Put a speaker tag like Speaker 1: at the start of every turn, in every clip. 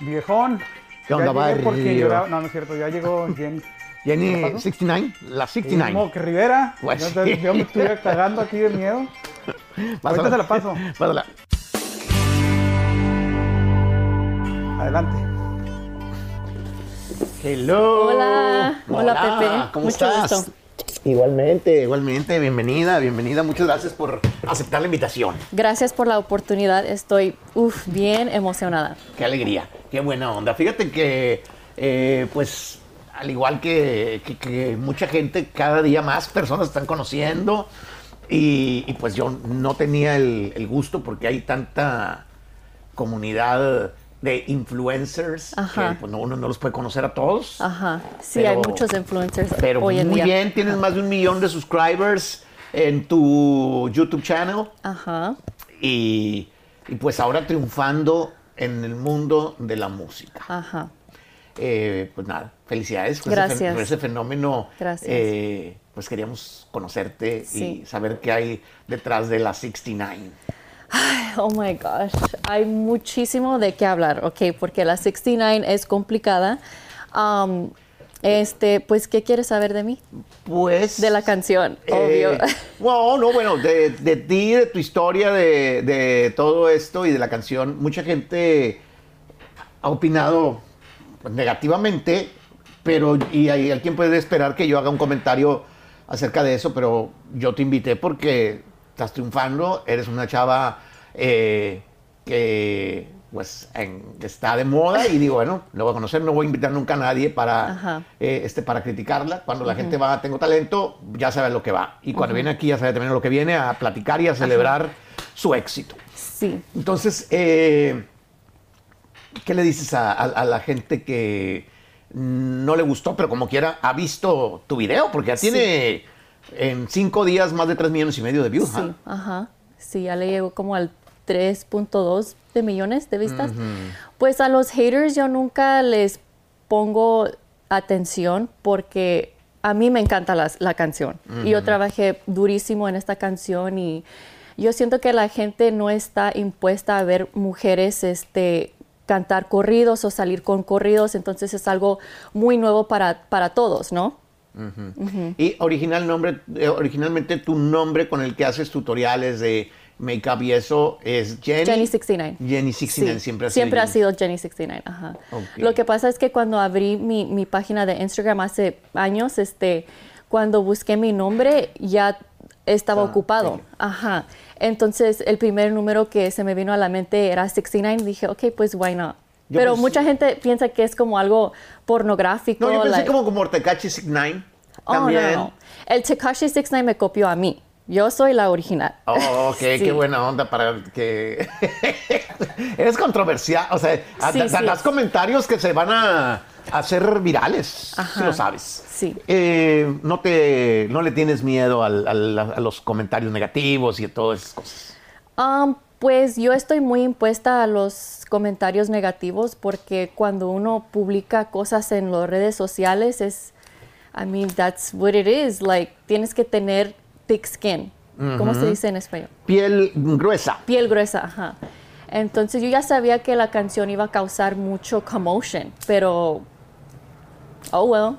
Speaker 1: Viejón.
Speaker 2: ¿Qué onda,
Speaker 1: ya llegué porque
Speaker 2: barrio?
Speaker 1: lloraba- No, no es cierto, ya llegó Jenny. ¿Qué
Speaker 2: Jenny
Speaker 1: pasó?
Speaker 2: 69,
Speaker 1: Como
Speaker 2: la 69.
Speaker 1: que Rivera.
Speaker 2: Pues
Speaker 1: yo, te-
Speaker 2: sí.
Speaker 1: yo me estuve cagando aquí de miedo. Ahorita te la paso.
Speaker 2: Pásala.
Speaker 1: Adelante.
Speaker 2: Hello.
Speaker 3: Hola. Hola, Pepe.
Speaker 2: ¿Cómo
Speaker 3: Mucho
Speaker 2: estás?
Speaker 3: gusto.
Speaker 2: Igualmente, igualmente, bienvenida, bienvenida. Muchas gracias por aceptar la invitación.
Speaker 3: Gracias por la oportunidad. Estoy uf, bien emocionada.
Speaker 2: Qué alegría, qué buena onda. Fíjate que, eh, pues, al igual que, que- que mucha gente, cada día más personas están conociendo. Y, y, pues yo no tenía el, el gusto porque hay tanta comunidad de influencers
Speaker 3: Ajá.
Speaker 2: que pues, no- uno no los puede conocer a todos.
Speaker 3: Ajá. Sí,
Speaker 2: Pero-
Speaker 3: hay muchos influencers
Speaker 2: Pero
Speaker 3: hoy en
Speaker 2: muy
Speaker 3: día.
Speaker 2: bien, tienes más de un millón de subscribers en tu YouTube channel
Speaker 3: Ajá.
Speaker 2: y, y pues ahora triunfando en el mundo de la música.
Speaker 3: Ajá.
Speaker 2: Eh, pues nada, felicidades por ese
Speaker 3: Gracias.
Speaker 2: fen- por ese fenómeno.
Speaker 3: Gracias.
Speaker 2: Eh, pues queríamos conocerte
Speaker 3: Sí.
Speaker 2: y saber qué hay detrás de la 69.
Speaker 3: Oh my gosh, hay muchísimo de qué hablar, ok, porque la 69 es complicada. Um, este, pues, ¿qué quieres saber de mí?
Speaker 2: Pues. eh,
Speaker 3: De la canción, obvio.
Speaker 2: No, no, bueno, de, de ti, de tu historia, de, de todo esto y de la canción, mucha gente ha opinado pues, negativamente, pero y hay alguien puede esperar que yo haga un comentario acerca de eso, pero yo te invité porque estás triunfando, eres una chava eh, que pues en- está de moda y digo, bueno, lo voy a conocer, no voy a invitar nunca a nadie para,
Speaker 3: Ajá.
Speaker 2: eh, este, para criticarla. Cuando la gente va, tengo talento, ya sabe lo que va. Y cuando viene aquí, ya sabe también lo que viene, a platicar y a celebrar su éxito.
Speaker 3: Sí.
Speaker 2: Entonces, eh, ¿qué le dices a, a- a la gente que no le gustó, pero como quiera ha visto tu video? Porque ya tiene en cinco días más de tres millones y medio de views.
Speaker 3: Sí,
Speaker 2: ¿ah?
Speaker 3: ajá. Sí, ya le llegó como al 3.2 de millones de vistas. Pues a los haters yo nunca les pongo atención porque a mí me encanta las- la, canción. Y yo trabajé durísimo en esta canción y yo siento que la gente no está impuesta a ver mujeres este cantar corridos o salir con corridos, entonces es algo muy nuevo para, para todos, ¿no?
Speaker 2: Y original nombre, eh, originalmente tu nombre con el que haces tutoriales de make-up y eso es Jenny.
Speaker 3: Jenny 69.
Speaker 2: Jenny 69
Speaker 3: Sí,
Speaker 2: siempre ha sido. Jenny.
Speaker 3: sido Jenny 69, ajá.
Speaker 2: Ok.
Speaker 3: Lo que pasa es que cuando abrí mi, mi página de Instagram hace años, este, cuando busqué mi nombre ya estaba
Speaker 2: Estaba,
Speaker 3: ocupado,
Speaker 2: Ah, ok.
Speaker 3: ajá. Entonces, el primer número que se me vino a la mente era 69, dije, ok, pues why not.
Speaker 2: Yo
Speaker 3: Pero
Speaker 2: pensé-
Speaker 3: mucha gente piensa que es como algo pornográfico.
Speaker 2: No, yo pensé
Speaker 3: like-
Speaker 2: como como Ortecachi 69.
Speaker 3: Oh, no, no,
Speaker 2: También.
Speaker 3: no. El Tekashi 69 me copió a mí. Yo soy la original.
Speaker 2: Oh, ok,
Speaker 3: Sí.
Speaker 2: qué buena onda para que... Eres controversial, o sea, a-
Speaker 3: Sí,
Speaker 2: da-
Speaker 3: sí.
Speaker 2: das comentarios que se van a hacer virales, si
Speaker 3: Ajá,
Speaker 2: lo sabes.
Speaker 3: sí.
Speaker 2: Eh, no, te, no le tienes miedo al- al- a los comentarios negativos y a todas esas cosas.
Speaker 3: Um, pues yo estoy muy impuesta a los comentarios negativos porque cuando uno publica cosas en las redes sociales es, I mean, that's what it is. Like, tienes que tener thick skin. ¿Cómo se dice en español?
Speaker 2: Piel gruesa.
Speaker 3: Piel gruesa, ajá. Entonces yo ya sabía que la canción iba a causar mucho commotion, pero, oh well.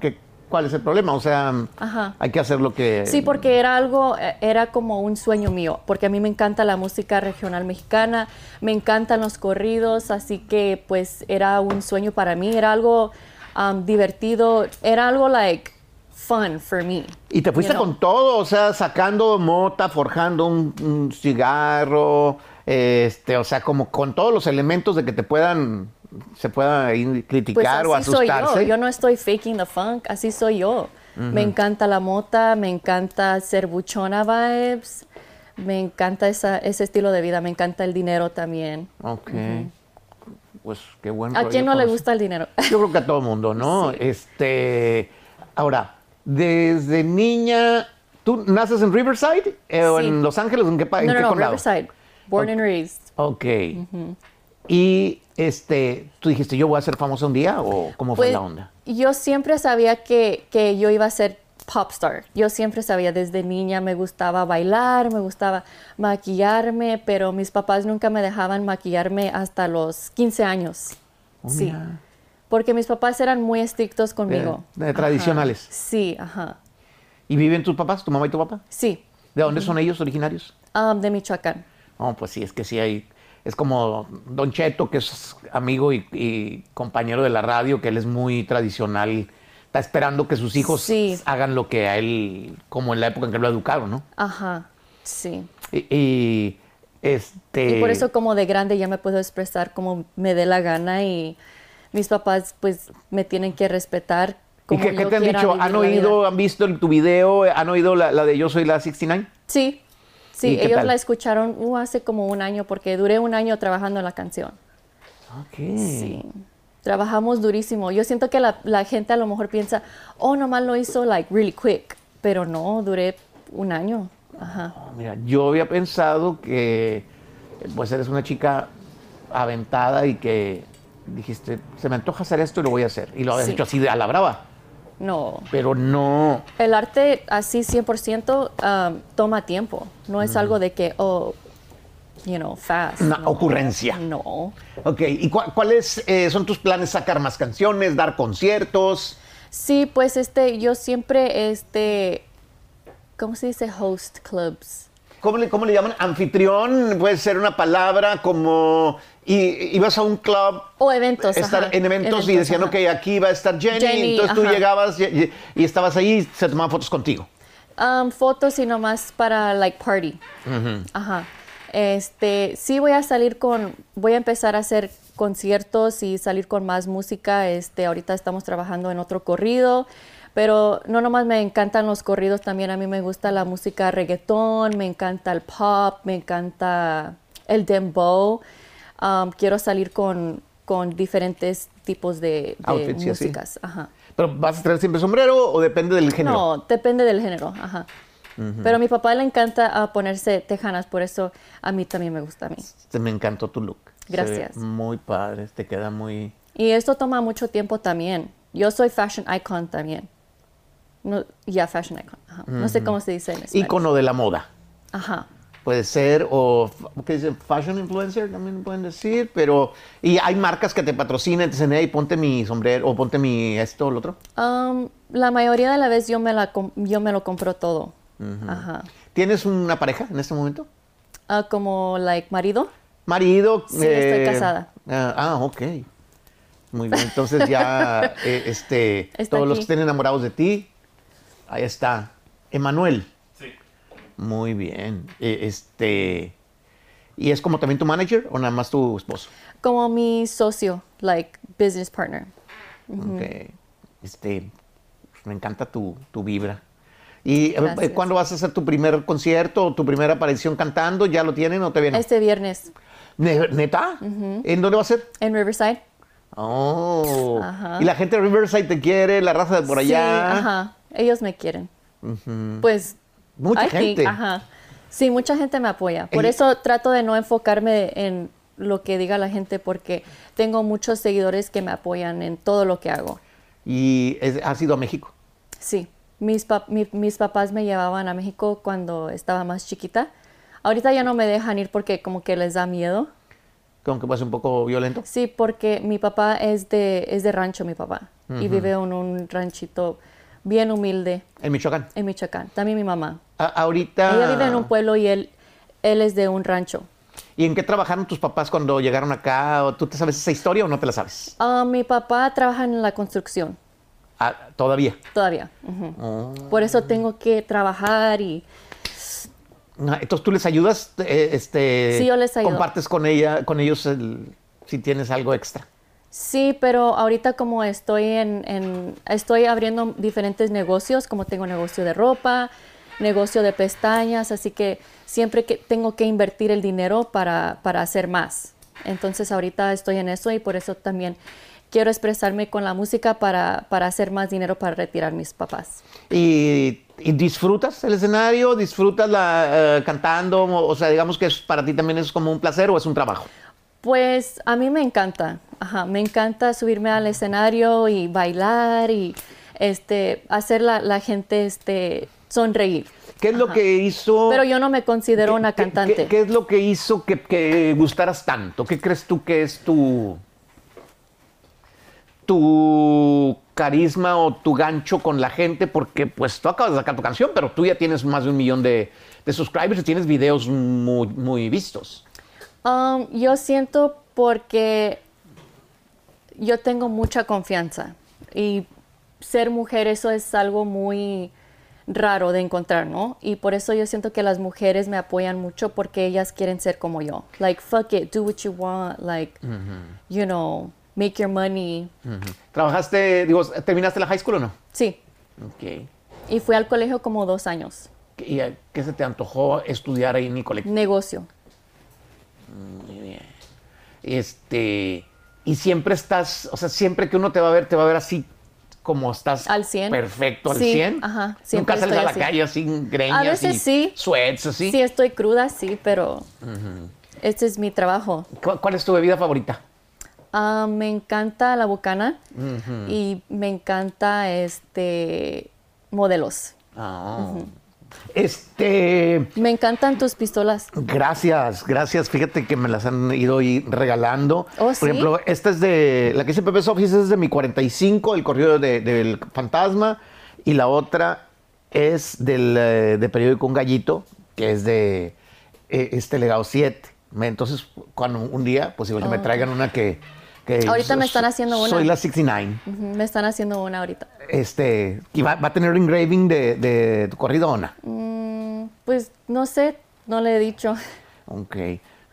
Speaker 2: ¿Qué- ¿Cuál es el problema? O sea,
Speaker 3: Ajá.
Speaker 2: hay que hacer lo que...
Speaker 3: Sí, porque era algo, eh, era como un sueño mío, porque a mí me encanta la música regional mexicana, me encantan los corridos, así que pues era un sueño para mí, era algo um, divertido, era algo like fun for me.
Speaker 2: Y te fuiste
Speaker 3: you know?
Speaker 2: con todo, o sea, sacando mota, forjando un, un cigarro, este, o sea, como con todos los elementos de que te puedan, se pueda ahí
Speaker 3: Pues
Speaker 2: criticar o
Speaker 3: así soy yo,
Speaker 2: asustarse.
Speaker 3: yo no estoy faking the funk, así soy yo. Me encanta la mota, me encanta ser buchona vibes, me encanta esa- ese estilo de vida, me encanta el dinero también.
Speaker 2: Ok. Pues qué bueno.
Speaker 3: ¿A quién no le gusta el dinero?
Speaker 2: Yo creo que a todo mundo, ¿no?
Speaker 3: Sí.
Speaker 2: Este, ahora, desde niña, ¿tú naces en Riverside eh, o
Speaker 3: Sí.
Speaker 2: en Los Ángeles? ¿En qué, pa- Ah, en
Speaker 3: no,
Speaker 2: qué
Speaker 3: no, no,
Speaker 2: condado?
Speaker 3: Riverside, born
Speaker 2: Ok.
Speaker 3: and raised.
Speaker 2: Ok. Y este, tú dijiste, yo voy a ser famoso un día o cómo Oh, fue
Speaker 3: Pues,
Speaker 2: la onda?
Speaker 3: Yo siempre sabía que, que yo iba a ser pop star. Yo siempre sabía desde niña, me gustaba bailar, me gustaba maquillarme, pero mis papás nunca me dejaban maquillarme hasta los 15 años.
Speaker 2: Oh,
Speaker 3: sí. Porque mis papás eran muy estrictos conmigo.
Speaker 4: De- de tradicionales.
Speaker 3: Ajá. Sí, ajá.
Speaker 4: ¿Y viven tus papás, tu mamá y tu papá?
Speaker 3: Sí,
Speaker 4: ¿De dónde son ellos originarios?
Speaker 3: ah, de Michoacán.
Speaker 4: No, pues sí, es que sí hay. Es como Don Cheto, que es amigo y, y compañero de la radio, que él es muy tradicional. Está esperando que sus hijos
Speaker 3: Sí.
Speaker 4: hagan lo que a él, como en la época en que lo educaron, ¿no?
Speaker 3: Ajá, sí.
Speaker 4: Y, y, este.
Speaker 3: Y por eso como de grande ya me puedo expresar como me dé la gana y mis papás pues me tienen que respetar.
Speaker 4: ¿Y
Speaker 3: Como
Speaker 4: qué, qué
Speaker 3: yo
Speaker 4: te han
Speaker 3: quiera
Speaker 4: dicho?
Speaker 3: vivir
Speaker 4: ¿Han
Speaker 3: la
Speaker 4: oído,
Speaker 3: vida.
Speaker 4: han visto el- tu video, han oído la, la de Yo Soy la 69?
Speaker 3: Sí,
Speaker 4: ¿Y
Speaker 3: sí,
Speaker 4: qué
Speaker 3: ellos
Speaker 4: tal?
Speaker 3: la escucharon uh, hace como un año porque duré un año trabajando en la canción.
Speaker 4: Ok.
Speaker 3: Sí. Trabajamos durísimo. Yo siento que la, la gente a lo mejor piensa, oh, nomás lo hizo like really quick, pero no, duré un año. Ajá.
Speaker 4: Mira, yo había pensado que pues eres una chica aventada y que dijiste, se me antoja hacer esto y lo voy a hacer. Y lo habías
Speaker 3: Sí.
Speaker 4: hecho así de a la brava,
Speaker 3: No.
Speaker 4: pero no.
Speaker 3: El arte así 100% um, toma tiempo. No es algo de que, oh, you know, fast.
Speaker 4: Una
Speaker 3: no.
Speaker 4: ocurrencia.
Speaker 3: No.
Speaker 4: Ok, ¿y cua- cuáles eh, son tus planes? ¿Sacar más canciones? ¿Dar conciertos?
Speaker 3: Sí, pues este, yo siempre, este, ¿cómo se dice? Host clubs.
Speaker 4: ¿Cómo le, cómo le llaman? Anfitrión puede ser una palabra como... Y, ibas a un club
Speaker 3: O eventos.
Speaker 4: estar
Speaker 3: ajá.
Speaker 4: en eventos, y decían,
Speaker 3: ajá.
Speaker 4: ok, aquí va a estar Jenny,
Speaker 3: Jenny,
Speaker 4: entonces tú
Speaker 3: ajá.
Speaker 4: llegabas y, y- y estabas ahí y se tomaban fotos contigo.
Speaker 3: Um, fotos y nomás para like party. Ajá. Este, sí voy a salir con, voy a empezar a hacer conciertos y salir con más música. Este, ahorita estamos trabajando en otro corrido, pero no nomás me encantan los corridos, también a mí me gusta la música reggaetón, me encanta el pop, me encanta el dembow. Um, quiero salir con, con diferentes tipos de, de
Speaker 4: Outfits y así.
Speaker 3: músicas. Ajá.
Speaker 4: ¿Pero vas a traer siempre sombrero o depende del género?
Speaker 3: No, depende del género, ajá. Pero a mi papá le encanta ah, ponerse tejanas, por eso a mí también me gusta a mí.
Speaker 4: Este, me encantó tu look. Se ve
Speaker 3: Gracias.
Speaker 4: muy padre, te queda muy...
Speaker 3: Y esto toma mucho tiempo también. Yo soy fashion icon también. No, ya, fashion icon. ajá. No sé cómo se dice en español.
Speaker 4: Ícono de la moda.
Speaker 3: Ajá.
Speaker 4: Puede ser, o f- ¿qué dicen? Fashion influencer también pueden decir, pero... Y hay marcas que te patrocinan, te dicen, hey, ponte mi sombrero, o ponte mi esto o lo otro.
Speaker 3: Um, la mayoría de la vez yo me, la com- yo me lo compro todo. Ajá.
Speaker 4: ¿Tienes una pareja en este momento?
Speaker 3: Ah, como, like, marido.
Speaker 4: Marido.
Speaker 3: Sí, estoy casada.
Speaker 4: ah, ah, ok. Muy bien, entonces ya, eh, este,
Speaker 3: Está
Speaker 4: todos los que
Speaker 3: aquí.
Speaker 4: estén enamorados de ti, ahí está. Emanuel.
Speaker 5: Sí.
Speaker 4: Muy bien. Eh, este, ¿y es como también tu manager o nada más tu esposo?
Speaker 3: Como mi socio, like, business partner.
Speaker 4: Ok. Este, me encanta tu, tu vibra. ¿Y eh,
Speaker 3: Gracias.
Speaker 4: cuándo vas a hacer tu primer concierto o tu primera aparición cantando? ¿Ya lo tienen o te vienen?
Speaker 3: Este viernes
Speaker 4: Ne- ¿Neta? ¿En dónde va a ser?
Speaker 3: en Riverside.
Speaker 4: Oh.
Speaker 3: Ajá.
Speaker 4: Y la gente de Riverside te quiere, la raza de por
Speaker 3: Sí,
Speaker 4: allá.
Speaker 3: ajá. Ellos me quieren. Pues.
Speaker 4: Mucha
Speaker 3: I think,
Speaker 4: gente.
Speaker 3: ajá. Sí, mucha gente me apoya. Por
Speaker 4: El-
Speaker 3: eso trato de no enfocarme en lo que diga la gente, porque tengo muchos seguidores que me apoyan en todo lo que hago.
Speaker 4: Y es- has ido a México.
Speaker 3: Sí. Mis, pap- mi- mis papás me llevaban a México cuando estaba más chiquita. Ahorita ya no me dejan ir porque como que les da miedo.
Speaker 4: Como que pasa un poco violento.
Speaker 3: Sí, porque mi papá es de, es de rancho, mi papá. Y vive en un ranchito bien humilde
Speaker 4: En Michoacán.
Speaker 3: en Michoacán. También mi mamá.
Speaker 4: A- ahorita.
Speaker 3: Ella vive en un pueblo y él, él es de un rancho.
Speaker 4: ¿Y en qué trabajaron tus papás cuando llegaron acá? ¿O ¿Tú te sabes esa historia o no te la sabes?
Speaker 3: Ah, mi papá trabaja en la construcción
Speaker 4: Ah, todavía.
Speaker 3: todavía. ujú. Por eso tengo que trabajar y
Speaker 4: Ah, Entonces tú les ayudas, Eh, este,
Speaker 3: Sí, yo les ayudo.
Speaker 4: compartes con ella, con ellos el- si tienes algo extra.
Speaker 3: sí, pero ahorita como estoy en, en- estoy abriendo diferentes negocios, como tengo negocio de ropa, negocio de pestañas, así que siempre que tengo que invertir el dinero para, para hacer más. Entonces ahorita estoy en eso y por eso también quiero expresarme con la música para, para hacer más dinero para retirar mis papás.
Speaker 4: Y, y disfrutas el escenario, disfrutas la, eh, cantando, o, o sea, digamos que es, para ti también es como un placer o es un trabajo.
Speaker 3: Pues a mí me encanta, ajá, me encanta subirme al escenario y bailar y este, hacer la, la gente este, sonreír.
Speaker 4: ¿Qué es lo que hizo?
Speaker 3: Pero yo no me considero
Speaker 4: Oh. ¿Qué-
Speaker 3: una
Speaker 4: qué-
Speaker 3: cantante.
Speaker 4: ¿Qué, qué es lo que hizo que, que gustaras tanto? ¿Qué crees tú que es tu, tu carisma o tu gancho con la gente? Porque pues tú acabas de sacar tu canción, pero tú ya tienes más de un millón de, de subscribers y tienes videos muy, muy vistos.
Speaker 3: Um, yo siento porque yo tengo mucha confianza y ser mujer eso es algo muy raro de encontrar, ¿no? Y por eso yo siento que las mujeres me apoyan mucho porque ellas quieren ser como yo. Like, fuck it, do what you want, like, you know, make your money.
Speaker 2: Mm.
Speaker 4: ¿Trabajaste, digo, terminaste la high school o no?
Speaker 3: Sí,
Speaker 4: Ok.
Speaker 3: y fui al colegio como dos años.
Speaker 4: ¿Qué- y a- qué se te antojó estudiar ahí, Nicolette?
Speaker 3: Negocio.
Speaker 4: Este, y siempre estás, o sea, siempre que uno te va a ver, te va a ver así como estás.
Speaker 3: Al 100.
Speaker 4: Perfecto, al
Speaker 3: Sí,
Speaker 4: 100.
Speaker 3: ajá,
Speaker 4: Nunca
Speaker 3: siempre
Speaker 4: sales a
Speaker 3: estoy
Speaker 4: la
Speaker 3: así.
Speaker 4: calle sin greñas.
Speaker 3: A veces
Speaker 4: y
Speaker 3: sí.
Speaker 4: Sweats, así.
Speaker 3: Sí, estoy cruda, sí, pero este es mi trabajo.
Speaker 4: ¿Cu- ¿Cuál es tu bebida favorita?
Speaker 3: Ah, me encanta la bucana y me encanta este modelos.
Speaker 4: Este,
Speaker 3: Me encantan tus pistolas.
Speaker 4: gracias, gracias. Fíjate que me las han ido y regalando.
Speaker 3: Oh,
Speaker 4: Por
Speaker 3: ¿sí?
Speaker 4: ejemplo, esta es de, la que hice Pepe Sofis es de mi 45, el corrido de- del fantasma, y la otra es del, eh, de periódico Un Gallito, que es de eh, este legado 7. Me- Entonces, cuando un día, pues igual que me traigan una que... que
Speaker 3: Ahorita me están
Speaker 4: so-
Speaker 3: haciendo Oh. una.
Speaker 4: Soy la 69.
Speaker 3: Ujú, Me están haciendo una ahorita.
Speaker 4: Este, y va, va a tener un engraving de, de tu corrido, Ana.
Speaker 3: Mm, pues no sé, no le he dicho.
Speaker 4: Ok.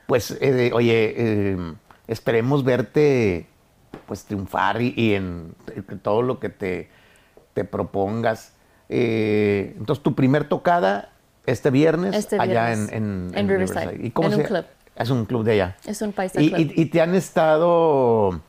Speaker 4: Pues, eh, oye, eh, esperemos verte pues triunfar y, y en t- todo lo que te, te propongas. Eh, entonces, tu primer tocada este viernes
Speaker 3: Este
Speaker 4: allá en,
Speaker 3: viernes,
Speaker 4: en,
Speaker 3: en Riverside. En un club.
Speaker 4: Es un club de allá.
Speaker 3: Es un paisa
Speaker 4: Y,
Speaker 3: club.
Speaker 4: y- y te han estado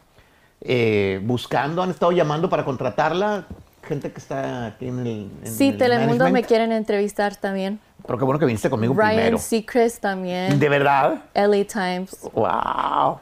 Speaker 4: eh, buscando, han estado llamando para contratarla. Gente que está aquí en el. en
Speaker 3: sí,
Speaker 4: el
Speaker 3: Telemundo me
Speaker 4: management.
Speaker 3: quieren entrevistar también.
Speaker 4: Pero qué bueno que viniste conmigo
Speaker 3: Ryan
Speaker 4: primero.
Speaker 3: Seacrest también.
Speaker 4: ¿De verdad?
Speaker 3: LA Times.
Speaker 4: ¡Wow!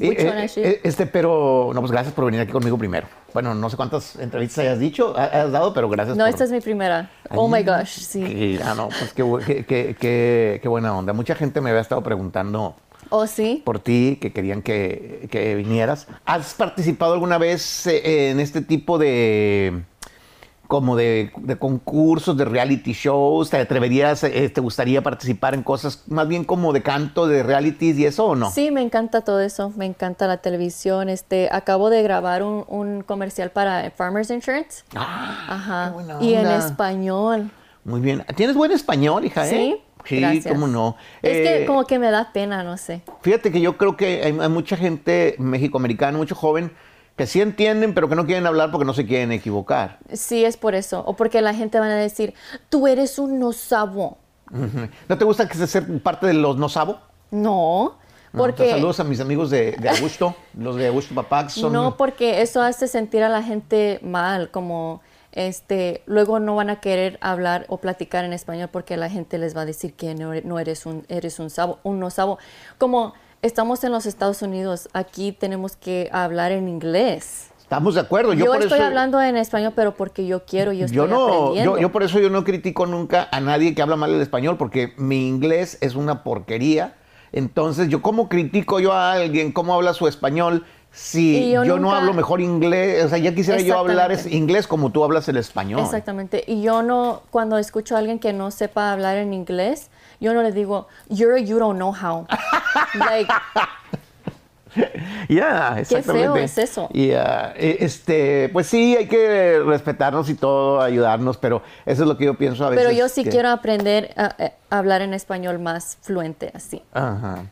Speaker 4: Eh,
Speaker 3: Mucho
Speaker 4: eh,
Speaker 3: gracias.
Speaker 4: eh, este, pero, no, pues gracias por venir aquí conmigo primero. Bueno, no sé cuántas entrevistas hayas dicho, ha- has dado, pero gracias
Speaker 3: No,
Speaker 4: por-
Speaker 3: esta es mi primera. Oh my gosh, sí.
Speaker 4: Sí, ah, no, pues qué, bu- qué- qué- qué- qué buena onda. Mucha gente me había estado preguntando
Speaker 3: ¿Oh sí?
Speaker 4: por ti, que querían que, que vinieras. ¿Has participado alguna vez eh, en este tipo de como de, de concursos, de reality shows? ¿Te atreverías, eh, te gustaría participar en cosas más bien como de canto, de realities y eso o no?
Speaker 3: Sí, me encanta todo eso, me encanta la televisión. Este, acabo de grabar un, un comercial para Farmers Insurance.
Speaker 4: Ah,
Speaker 3: Ajá.
Speaker 4: qué buena
Speaker 3: Y en
Speaker 4: onda.
Speaker 3: español.
Speaker 4: Muy bien. Tienes buen español, hija, ¿eh?
Speaker 3: Sí, gracias.
Speaker 4: cómo no.
Speaker 3: Es
Speaker 4: Eh,
Speaker 3: que como que me da pena, no sé.
Speaker 4: Fíjate que yo creo que hay, hay mucha gente mexicoamericana, mucho joven, que sí entienden, pero que no quieren hablar porque no se quieren equivocar.
Speaker 3: Sí, es por eso. O porque la gente van a decir, tú eres un no sabo.
Speaker 4: Ujú. ¿No te gusta que se ser parte de los no sabo?
Speaker 3: No, porque...
Speaker 4: Entonces, saludos a mis amigos de, de Augusto, los de Augusto Papá, que son...
Speaker 3: No, porque eso hace sentir a la gente mal, como este, luego no van a querer hablar o platicar en español porque la gente les va a decir que no, er- no eres un eres un sabo, un no sabo. Como estamos en los Estados Unidos, aquí tenemos que hablar en inglés.
Speaker 4: Estamos de acuerdo. Yo,
Speaker 3: Yo,
Speaker 4: por
Speaker 3: estoy
Speaker 4: eso-
Speaker 3: hablando en español, pero porque yo quiero, yo estoy
Speaker 4: yo no,
Speaker 3: aprendiendo.
Speaker 4: yo, yo por eso yo no critico nunca a nadie que habla mal el español, porque mi inglés es una porquería. Entonces, yo cómo critico yo a alguien, cómo habla su español, si
Speaker 3: Y
Speaker 4: yo,
Speaker 3: yo
Speaker 4: no
Speaker 3: nunca-
Speaker 4: hablo mejor inglés, o sea, ya quisiera yo hablar es
Speaker 3: Exactamente.
Speaker 4: inglés como tú hablas el español.
Speaker 3: Exactamente. Y yo no, cuando escucho a alguien que no sepa hablar en inglés, yo no le digo, you're a you don't know how. like,
Speaker 4: Ya, exactamente.
Speaker 3: feo es eso.
Speaker 4: Ya, eh, este, pues sí, hay que respetarnos y todo, ayudarnos, pero eso es lo que yo pienso a veces.
Speaker 3: Pero yo sí
Speaker 4: que-
Speaker 3: quiero aprender a, a hablar en español más fluente, así.
Speaker 4: Ajá.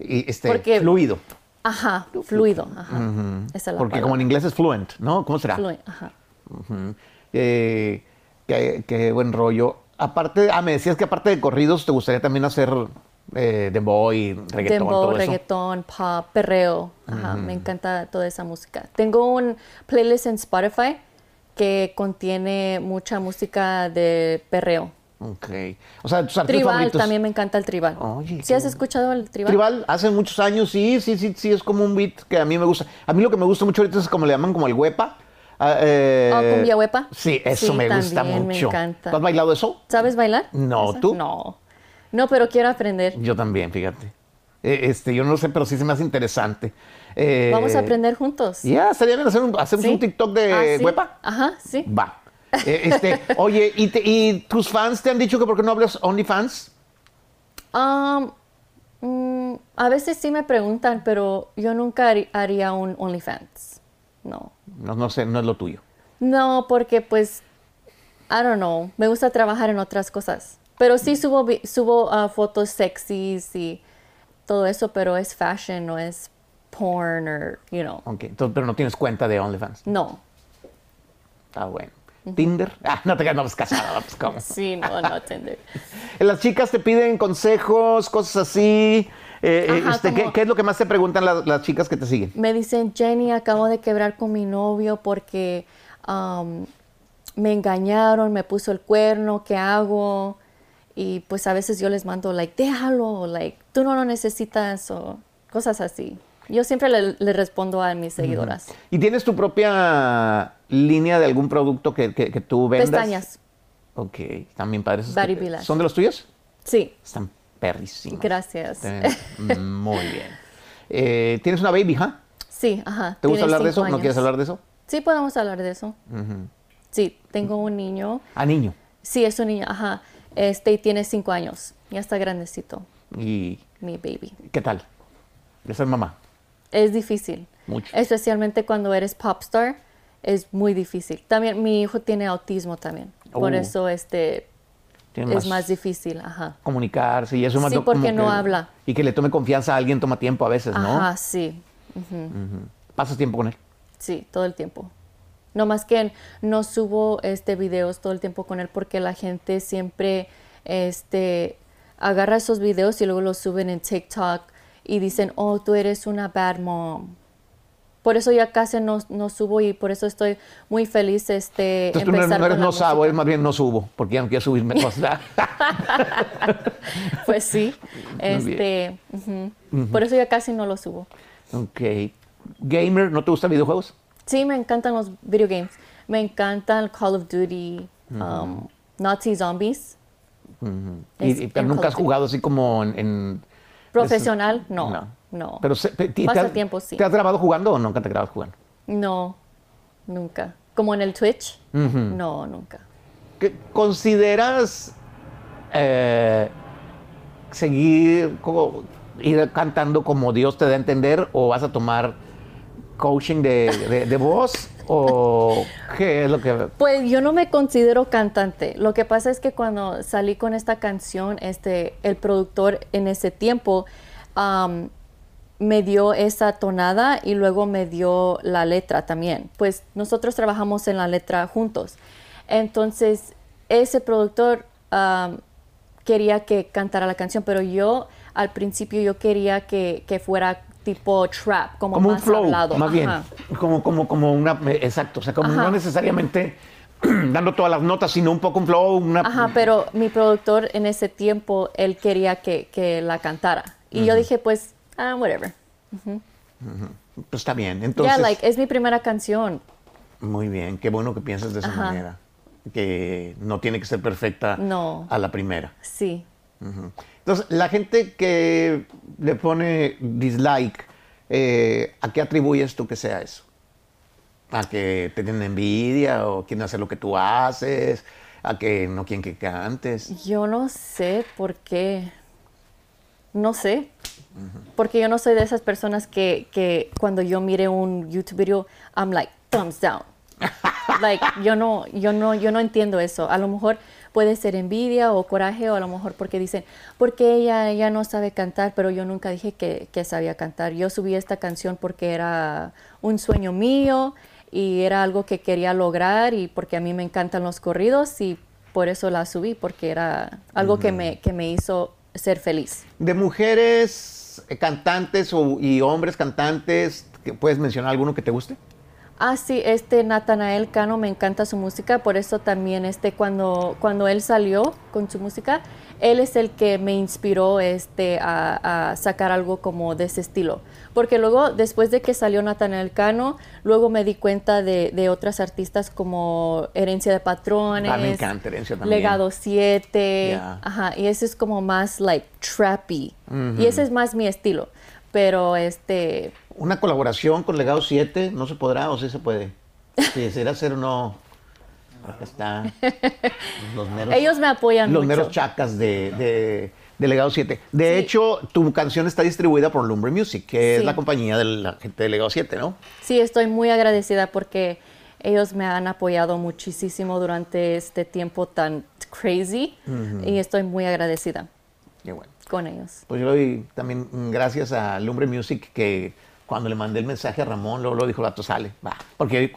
Speaker 4: Y este,
Speaker 3: Porque-
Speaker 4: fluido.
Speaker 3: Ajá, fluido. Ajá. Esa es la
Speaker 4: Porque
Speaker 3: palabra.
Speaker 4: como en inglés es fluent, ¿no? ¿Cómo será?
Speaker 3: Fluen- ajá.
Speaker 4: Ujú. Eh, qué, qué buen rollo. Aparte, ah, me decías que aparte de corridos, te gustaría también hacer eh, dembow y reggaetón,
Speaker 3: Dembow,
Speaker 4: todo eso.
Speaker 3: reggaetón, pop, perreo. Ajá, me encanta toda esa música. Tengo un playlist en Spotify que contiene mucha música de perreo.
Speaker 4: Ok. O sea, tus artistas
Speaker 3: Tribal,
Speaker 4: favoritos.
Speaker 3: también me encanta el tribal.
Speaker 4: Oye,
Speaker 3: ¿Sí
Speaker 4: qué
Speaker 3: has
Speaker 4: bueno.
Speaker 3: escuchado el tribal?
Speaker 4: Tribal, hace muchos años, sí, sí, sí, sí, es como un beat que a mí me gusta. A mí lo que me gusta mucho ahorita es como le llaman como el huepa. Ah, eh,
Speaker 3: Ah, cumbiahuepa.
Speaker 4: Sí, eso
Speaker 3: Sí,
Speaker 4: me gusta
Speaker 3: también, me
Speaker 4: mucho.
Speaker 3: encanta.
Speaker 4: ¿Tú has bailado eso?
Speaker 3: ¿Sabes bailar?
Speaker 4: No, ¿tú?
Speaker 3: No. No, pero quiero aprender.
Speaker 4: Yo también, fíjate. Eh, Este, yo no sé, pero sí se me hace interesante. Eh,
Speaker 3: Vamos a aprender juntos.
Speaker 4: Ya, estaría bien hacer un, hacemos
Speaker 3: ¿Sí?
Speaker 4: un TikTok de
Speaker 3: Ah, sí.
Speaker 4: huepa.
Speaker 3: Ajá, sí.
Speaker 4: Va. Eh, este, oye, ¿y, te- y tus fans te han dicho que por qué no hablas OnlyFans?
Speaker 3: Um, mm, a veces sí me preguntan, pero yo nunca hari- haría un OnlyFans. No.
Speaker 4: No, no sé, no es lo tuyo.
Speaker 3: No, porque pues, I don't know, me gusta trabajar en otras cosas. Pero sí subo, vi- subo ah, fotos sexys y todo eso, pero es fashion, no es porn or, you know.
Speaker 4: Ok, entonces, pero no tienes cuenta de OnlyFans.
Speaker 3: No,
Speaker 4: Está bueno. ¿Tinder? Ah, no te quedas, no, pues casada, pues cómo.
Speaker 3: sí, no, no, Tinder.
Speaker 4: Las chicas te piden consejos, cosas así. Eh, eh,
Speaker 3: Ajá,
Speaker 4: este, ¿qué,
Speaker 3: como-
Speaker 4: qué es lo que más te preguntan las, las chicas que te siguen?
Speaker 3: Me dicen, Jenny, acabo de quebrar con mi novio porque um, me engañaron, me puso el cuerno, ¿qué hago? Y pues a veces yo les mando, like, déjalo, like, tú no lo necesitas o cosas así. Yo siempre le, le respondo a mis seguidoras.
Speaker 4: ¿Y tienes tu propia línea de algún producto que, que- que tú vendas?
Speaker 3: Pestañas,
Speaker 4: Ok, también padres. esos
Speaker 3: Body
Speaker 4: que-
Speaker 3: Village.
Speaker 4: ¿Son de los tuyos?
Speaker 3: sí,
Speaker 4: Están perrísimos.
Speaker 3: gracias.
Speaker 4: Muy bien. Eh, ¿Tienes una baby, ja?
Speaker 3: Sí, ajá.
Speaker 4: ¿Te gusta
Speaker 3: tiene
Speaker 4: hablar de eso?
Speaker 3: cinco
Speaker 4: ¿No quieres
Speaker 3: años.
Speaker 4: hablar de eso?
Speaker 3: Sí, podemos hablar de eso. Sí, tengo un niño.
Speaker 4: A niño.
Speaker 3: Sí, es un niño, ajá. Este y tiene cinco años. Ya está grandecito,
Speaker 4: ¿Y
Speaker 3: mi baby.
Speaker 4: qué tal? Esa es mamá.
Speaker 3: Es difícil.
Speaker 4: Mucho.
Speaker 3: Especialmente cuando eres popstar, es muy difícil. También mi hijo tiene autismo también. Por
Speaker 4: Oh.
Speaker 3: eso este
Speaker 4: Tiene
Speaker 3: es más difícil, ajá.
Speaker 4: comunicarse y eso es más
Speaker 3: Sí,
Speaker 4: lo- como
Speaker 3: porque no
Speaker 4: que-
Speaker 3: habla.
Speaker 4: Y que le tome confianza a alguien toma tiempo a veces, ¿no?
Speaker 3: Ajá, Eh, sí.
Speaker 4: Pasas tiempo con él.
Speaker 3: Sí, todo el tiempo. No más que no subo este videos todo el tiempo con él porque la gente siempre este agarra esos videos y luego los suben en TikTok y dicen, "Oh, tú eres una bad mom." Por eso ya casi no, no subo y por eso estoy muy feliz este
Speaker 4: Entonces tú no,
Speaker 3: empezar
Speaker 4: no eres
Speaker 3: con la
Speaker 4: no sabo,
Speaker 3: música.
Speaker 4: eres más bien no subo, porque ya no quiero subirme cosas.
Speaker 3: Pues sí. Este, ujú. Por eso ya casi no lo subo.
Speaker 4: ok. Gamer, ¿no te gustan videojuegos?
Speaker 3: Sí, me encantan los video games. Me encantan Call of Duty, um, Nazi Zombies.
Speaker 4: Y,
Speaker 3: Es-
Speaker 4: y-
Speaker 3: en
Speaker 4: pero nunca
Speaker 3: Call
Speaker 4: has
Speaker 3: of Duty.
Speaker 4: jugado así como en... en-
Speaker 3: Profesional, no.
Speaker 4: No.
Speaker 3: No.
Speaker 4: Pero se- te, te-
Speaker 3: Pasatiempo,
Speaker 4: te has,
Speaker 3: sí.
Speaker 4: ¿Te has grabado jugando o nunca te grabas jugando?
Speaker 3: No, nunca. Como en el Twitch. No, nunca.
Speaker 4: ¿Qué- ¿Consideras eh, seguir como, ir cantando como Dios te da a entender o vas a tomar coaching de, de- de voz o qué es lo que...
Speaker 3: Pues yo no me considero cantante. Lo que pasa es que cuando salí con esta canción, este, el productor en ese tiempo am, me dio esa tonada y luego me dio la letra también. Pues nosotros trabajamos en la letra juntos. Entonces, ese productor am, quería que cantara la canción, pero yo al principio yo quería que, que fuera tipo trap, como,
Speaker 4: Como un
Speaker 3: más
Speaker 4: flow,
Speaker 3: hablado.
Speaker 4: más bien.
Speaker 3: Ajá.
Speaker 4: Como, como, como una... eh, Exacto, o sea, como
Speaker 3: Ajá.
Speaker 4: no necesariamente dando todas las notas, sino un poco un flow, una...
Speaker 3: Ajá, pero mi productor en ese tiempo, él quería que, que la cantara. Y yo dije, pues, ah, whatever.
Speaker 4: Pues está bien, entonces...
Speaker 3: Ya, like, es mi primera canción.
Speaker 4: Muy bien, qué bueno que piensas de esa
Speaker 3: Ajá.
Speaker 4: manera. Que no tiene que ser perfecta
Speaker 3: No.
Speaker 4: a la primera.
Speaker 3: Sí.
Speaker 4: Ujú. Entonces, la gente que le pone dislike, eh, ¿a qué atribuyes tú que sea eso? ¿A que te tienen envidia o quieren hacer lo que tú haces? ¿A que no quieren que cantes?
Speaker 3: Yo no sé por qué. No sé. Porque yo no soy de esas personas que, que cuando yo mire un YouTube video, I'm like, thumbs down. like, yo no, yo no, yo no entiendo eso. A lo mejor puede ser envidia o coraje, o a lo mejor porque dicen, porque ella, ella no sabe cantar, pero yo nunca dije que, que sabía cantar. Yo subí esta canción porque era un sueño mío y era algo que quería lograr y porque a mí me encantan los corridos y por eso la subí, porque era algo que, me, que me hizo ser feliz.
Speaker 4: De mujeres eh, cantantes o- y hombres cantantes, ¿que ¿puedes mencionar alguno que te guste?
Speaker 3: Ah, sí, este Natanael Cano me encanta su música, por eso también este cuando, cuando él salió con su música, él es el que me inspiró este a, a sacar algo como de ese estilo. Porque luego, después de que salió Natanael Cano, luego me di cuenta de, de otras artistas como Herencia de Patrones,
Speaker 4: Ah, me encanta Herencia también.
Speaker 3: Legado 7,
Speaker 4: Ya.
Speaker 3: ajá, y ese es como más like trappy. Y ese es más mi estilo. Pero este
Speaker 4: Una colaboración con Legado 7 no se podrá o sí se puede. Si quisiera hacer uno. Acá está. Los meros,
Speaker 3: ellos me apoyan
Speaker 4: los
Speaker 3: mucho.
Speaker 4: meros chacas de, de- de Legado 7. De hecho, tu canción está distribuida por Lumbre Music, que es
Speaker 3: Sí.
Speaker 4: la compañía de la gente de Legado 7, ¿no?
Speaker 3: Sí, estoy muy agradecida porque ellos me han apoyado muchísimo durante este tiempo tan crazy y estoy muy agradecida
Speaker 4: Qué bueno.
Speaker 3: con ellos.
Speaker 4: Pues yo doy también mm, gracias a Lumbre Music que cuando le mandé el mensaje a Ramón, luego lo dijo, vato, sale, va. Porque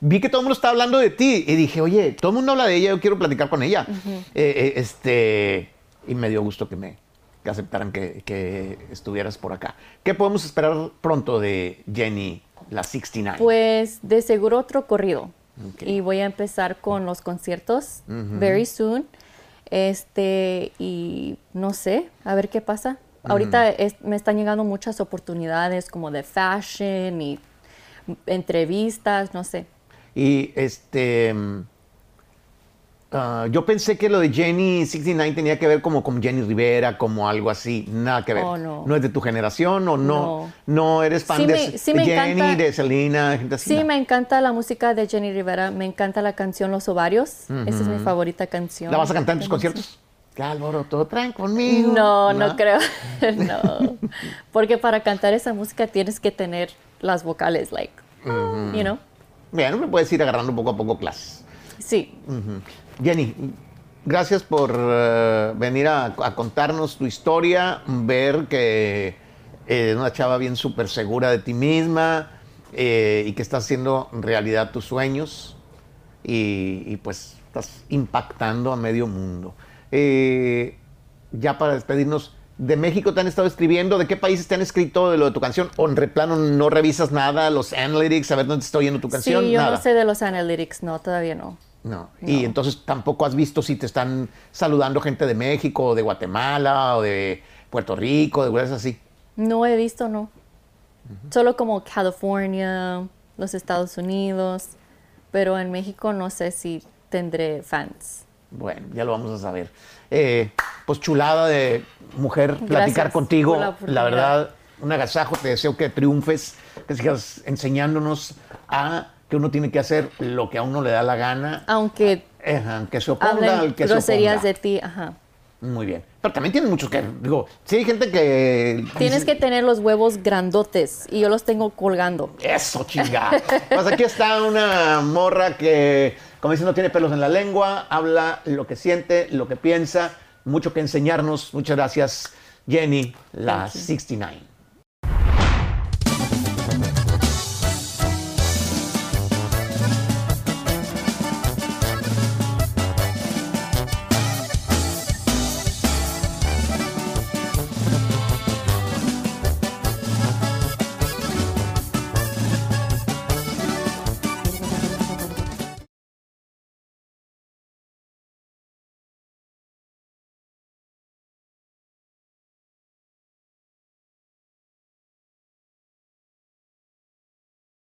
Speaker 4: vi que todo el mundo estaba hablando de ti y dije, oye, todo el mundo habla de ella, yo quiero platicar con ella. Eh, eh, este, y me dio gusto que me que aceptaran que, que estuvieras por acá. ¿Qué podemos esperar pronto de Jenny, la 69?
Speaker 3: Pues de seguro otro corrido.
Speaker 4: Ok.
Speaker 3: Y voy a empezar con los conciertos very soon. Este, y no sé, a ver qué pasa. Ahorita es- me están llegando muchas oportunidades como de fashion y entrevistas, no sé.
Speaker 4: Y este. mm, ah, yo pensé que lo de Jenny 69 tenía que ver como con Jenny Rivera, como algo así. Nada que ver.
Speaker 3: Oh, no.
Speaker 4: es de tu generación o no.
Speaker 3: No.
Speaker 4: No, eres fan
Speaker 3: Sí
Speaker 4: de,
Speaker 3: me- sí
Speaker 4: de
Speaker 3: me
Speaker 4: Jenny,
Speaker 3: encanta.
Speaker 4: de Selena, gente así.
Speaker 3: Sí,
Speaker 4: no.
Speaker 3: me encanta la música de Jenny Rivera, me encanta la canción Los Ovarios, esa es mi favorita canción.
Speaker 4: ¿La vas a cantar en tus
Speaker 3: Hermosa.
Speaker 4: conciertos? Claro, todo traen conmigo.
Speaker 3: No, no creo, no, porque para cantar esa música tienes que tener las vocales, like, you know,
Speaker 4: Bueno, me puedes ir agarrando poco a poco clases.
Speaker 3: sí,
Speaker 4: Ujú. Jenny, gracias por eh, venir a, a contarnos tu historia, ver que eres una chava bien súper segura de ti misma eh, y que estás haciendo realidad tus sueños y, y, pues estás impactando a medio mundo. Eh, ya para despedirnos, ¿de México te han estado escribiendo? ¿De qué países te han escrito de lo de tu canción? ¿O en replano no revisas nada, los analytics, a ver dónde te está oyendo tu canción?
Speaker 3: sí, yo
Speaker 4: nada.
Speaker 3: no sé de los analytics, no, todavía no.
Speaker 4: No. Y entonces tampoco has visto si te están saludando gente de México, o de Guatemala, o de Puerto Rico, de lugares así.
Speaker 3: No he visto, no. Solo como California, los Estados Unidos, pero en México no sé si tendré fans.
Speaker 4: Bueno, ya lo vamos a saber. Eh, pues chulada de mujer platicar
Speaker 3: Gracias
Speaker 4: contigo.
Speaker 3: por la
Speaker 4: La
Speaker 3: oportunidad.
Speaker 4: verdad, un agasajo. Te deseo que triunfes, que sigas enseñándonos a que uno tiene que hacer lo que a uno le da la gana,
Speaker 3: Aunque
Speaker 4: eh, aunque se oponga
Speaker 3: hablen
Speaker 4: al que se
Speaker 3: groserías
Speaker 4: oponga.
Speaker 3: de ti, ajá.
Speaker 4: Muy bien. Pero también tienen muchos que... Digo, sí hay gente que...
Speaker 3: Tienes que tener los huevos grandotes y yo los tengo colgando.
Speaker 4: Eso, chinga. Pues aquí está una morra que, como dicen, no tiene pelos en la lengua, habla lo que siente, lo que piensa, mucho que enseñarnos. Muchas gracias, Jenny, la 69.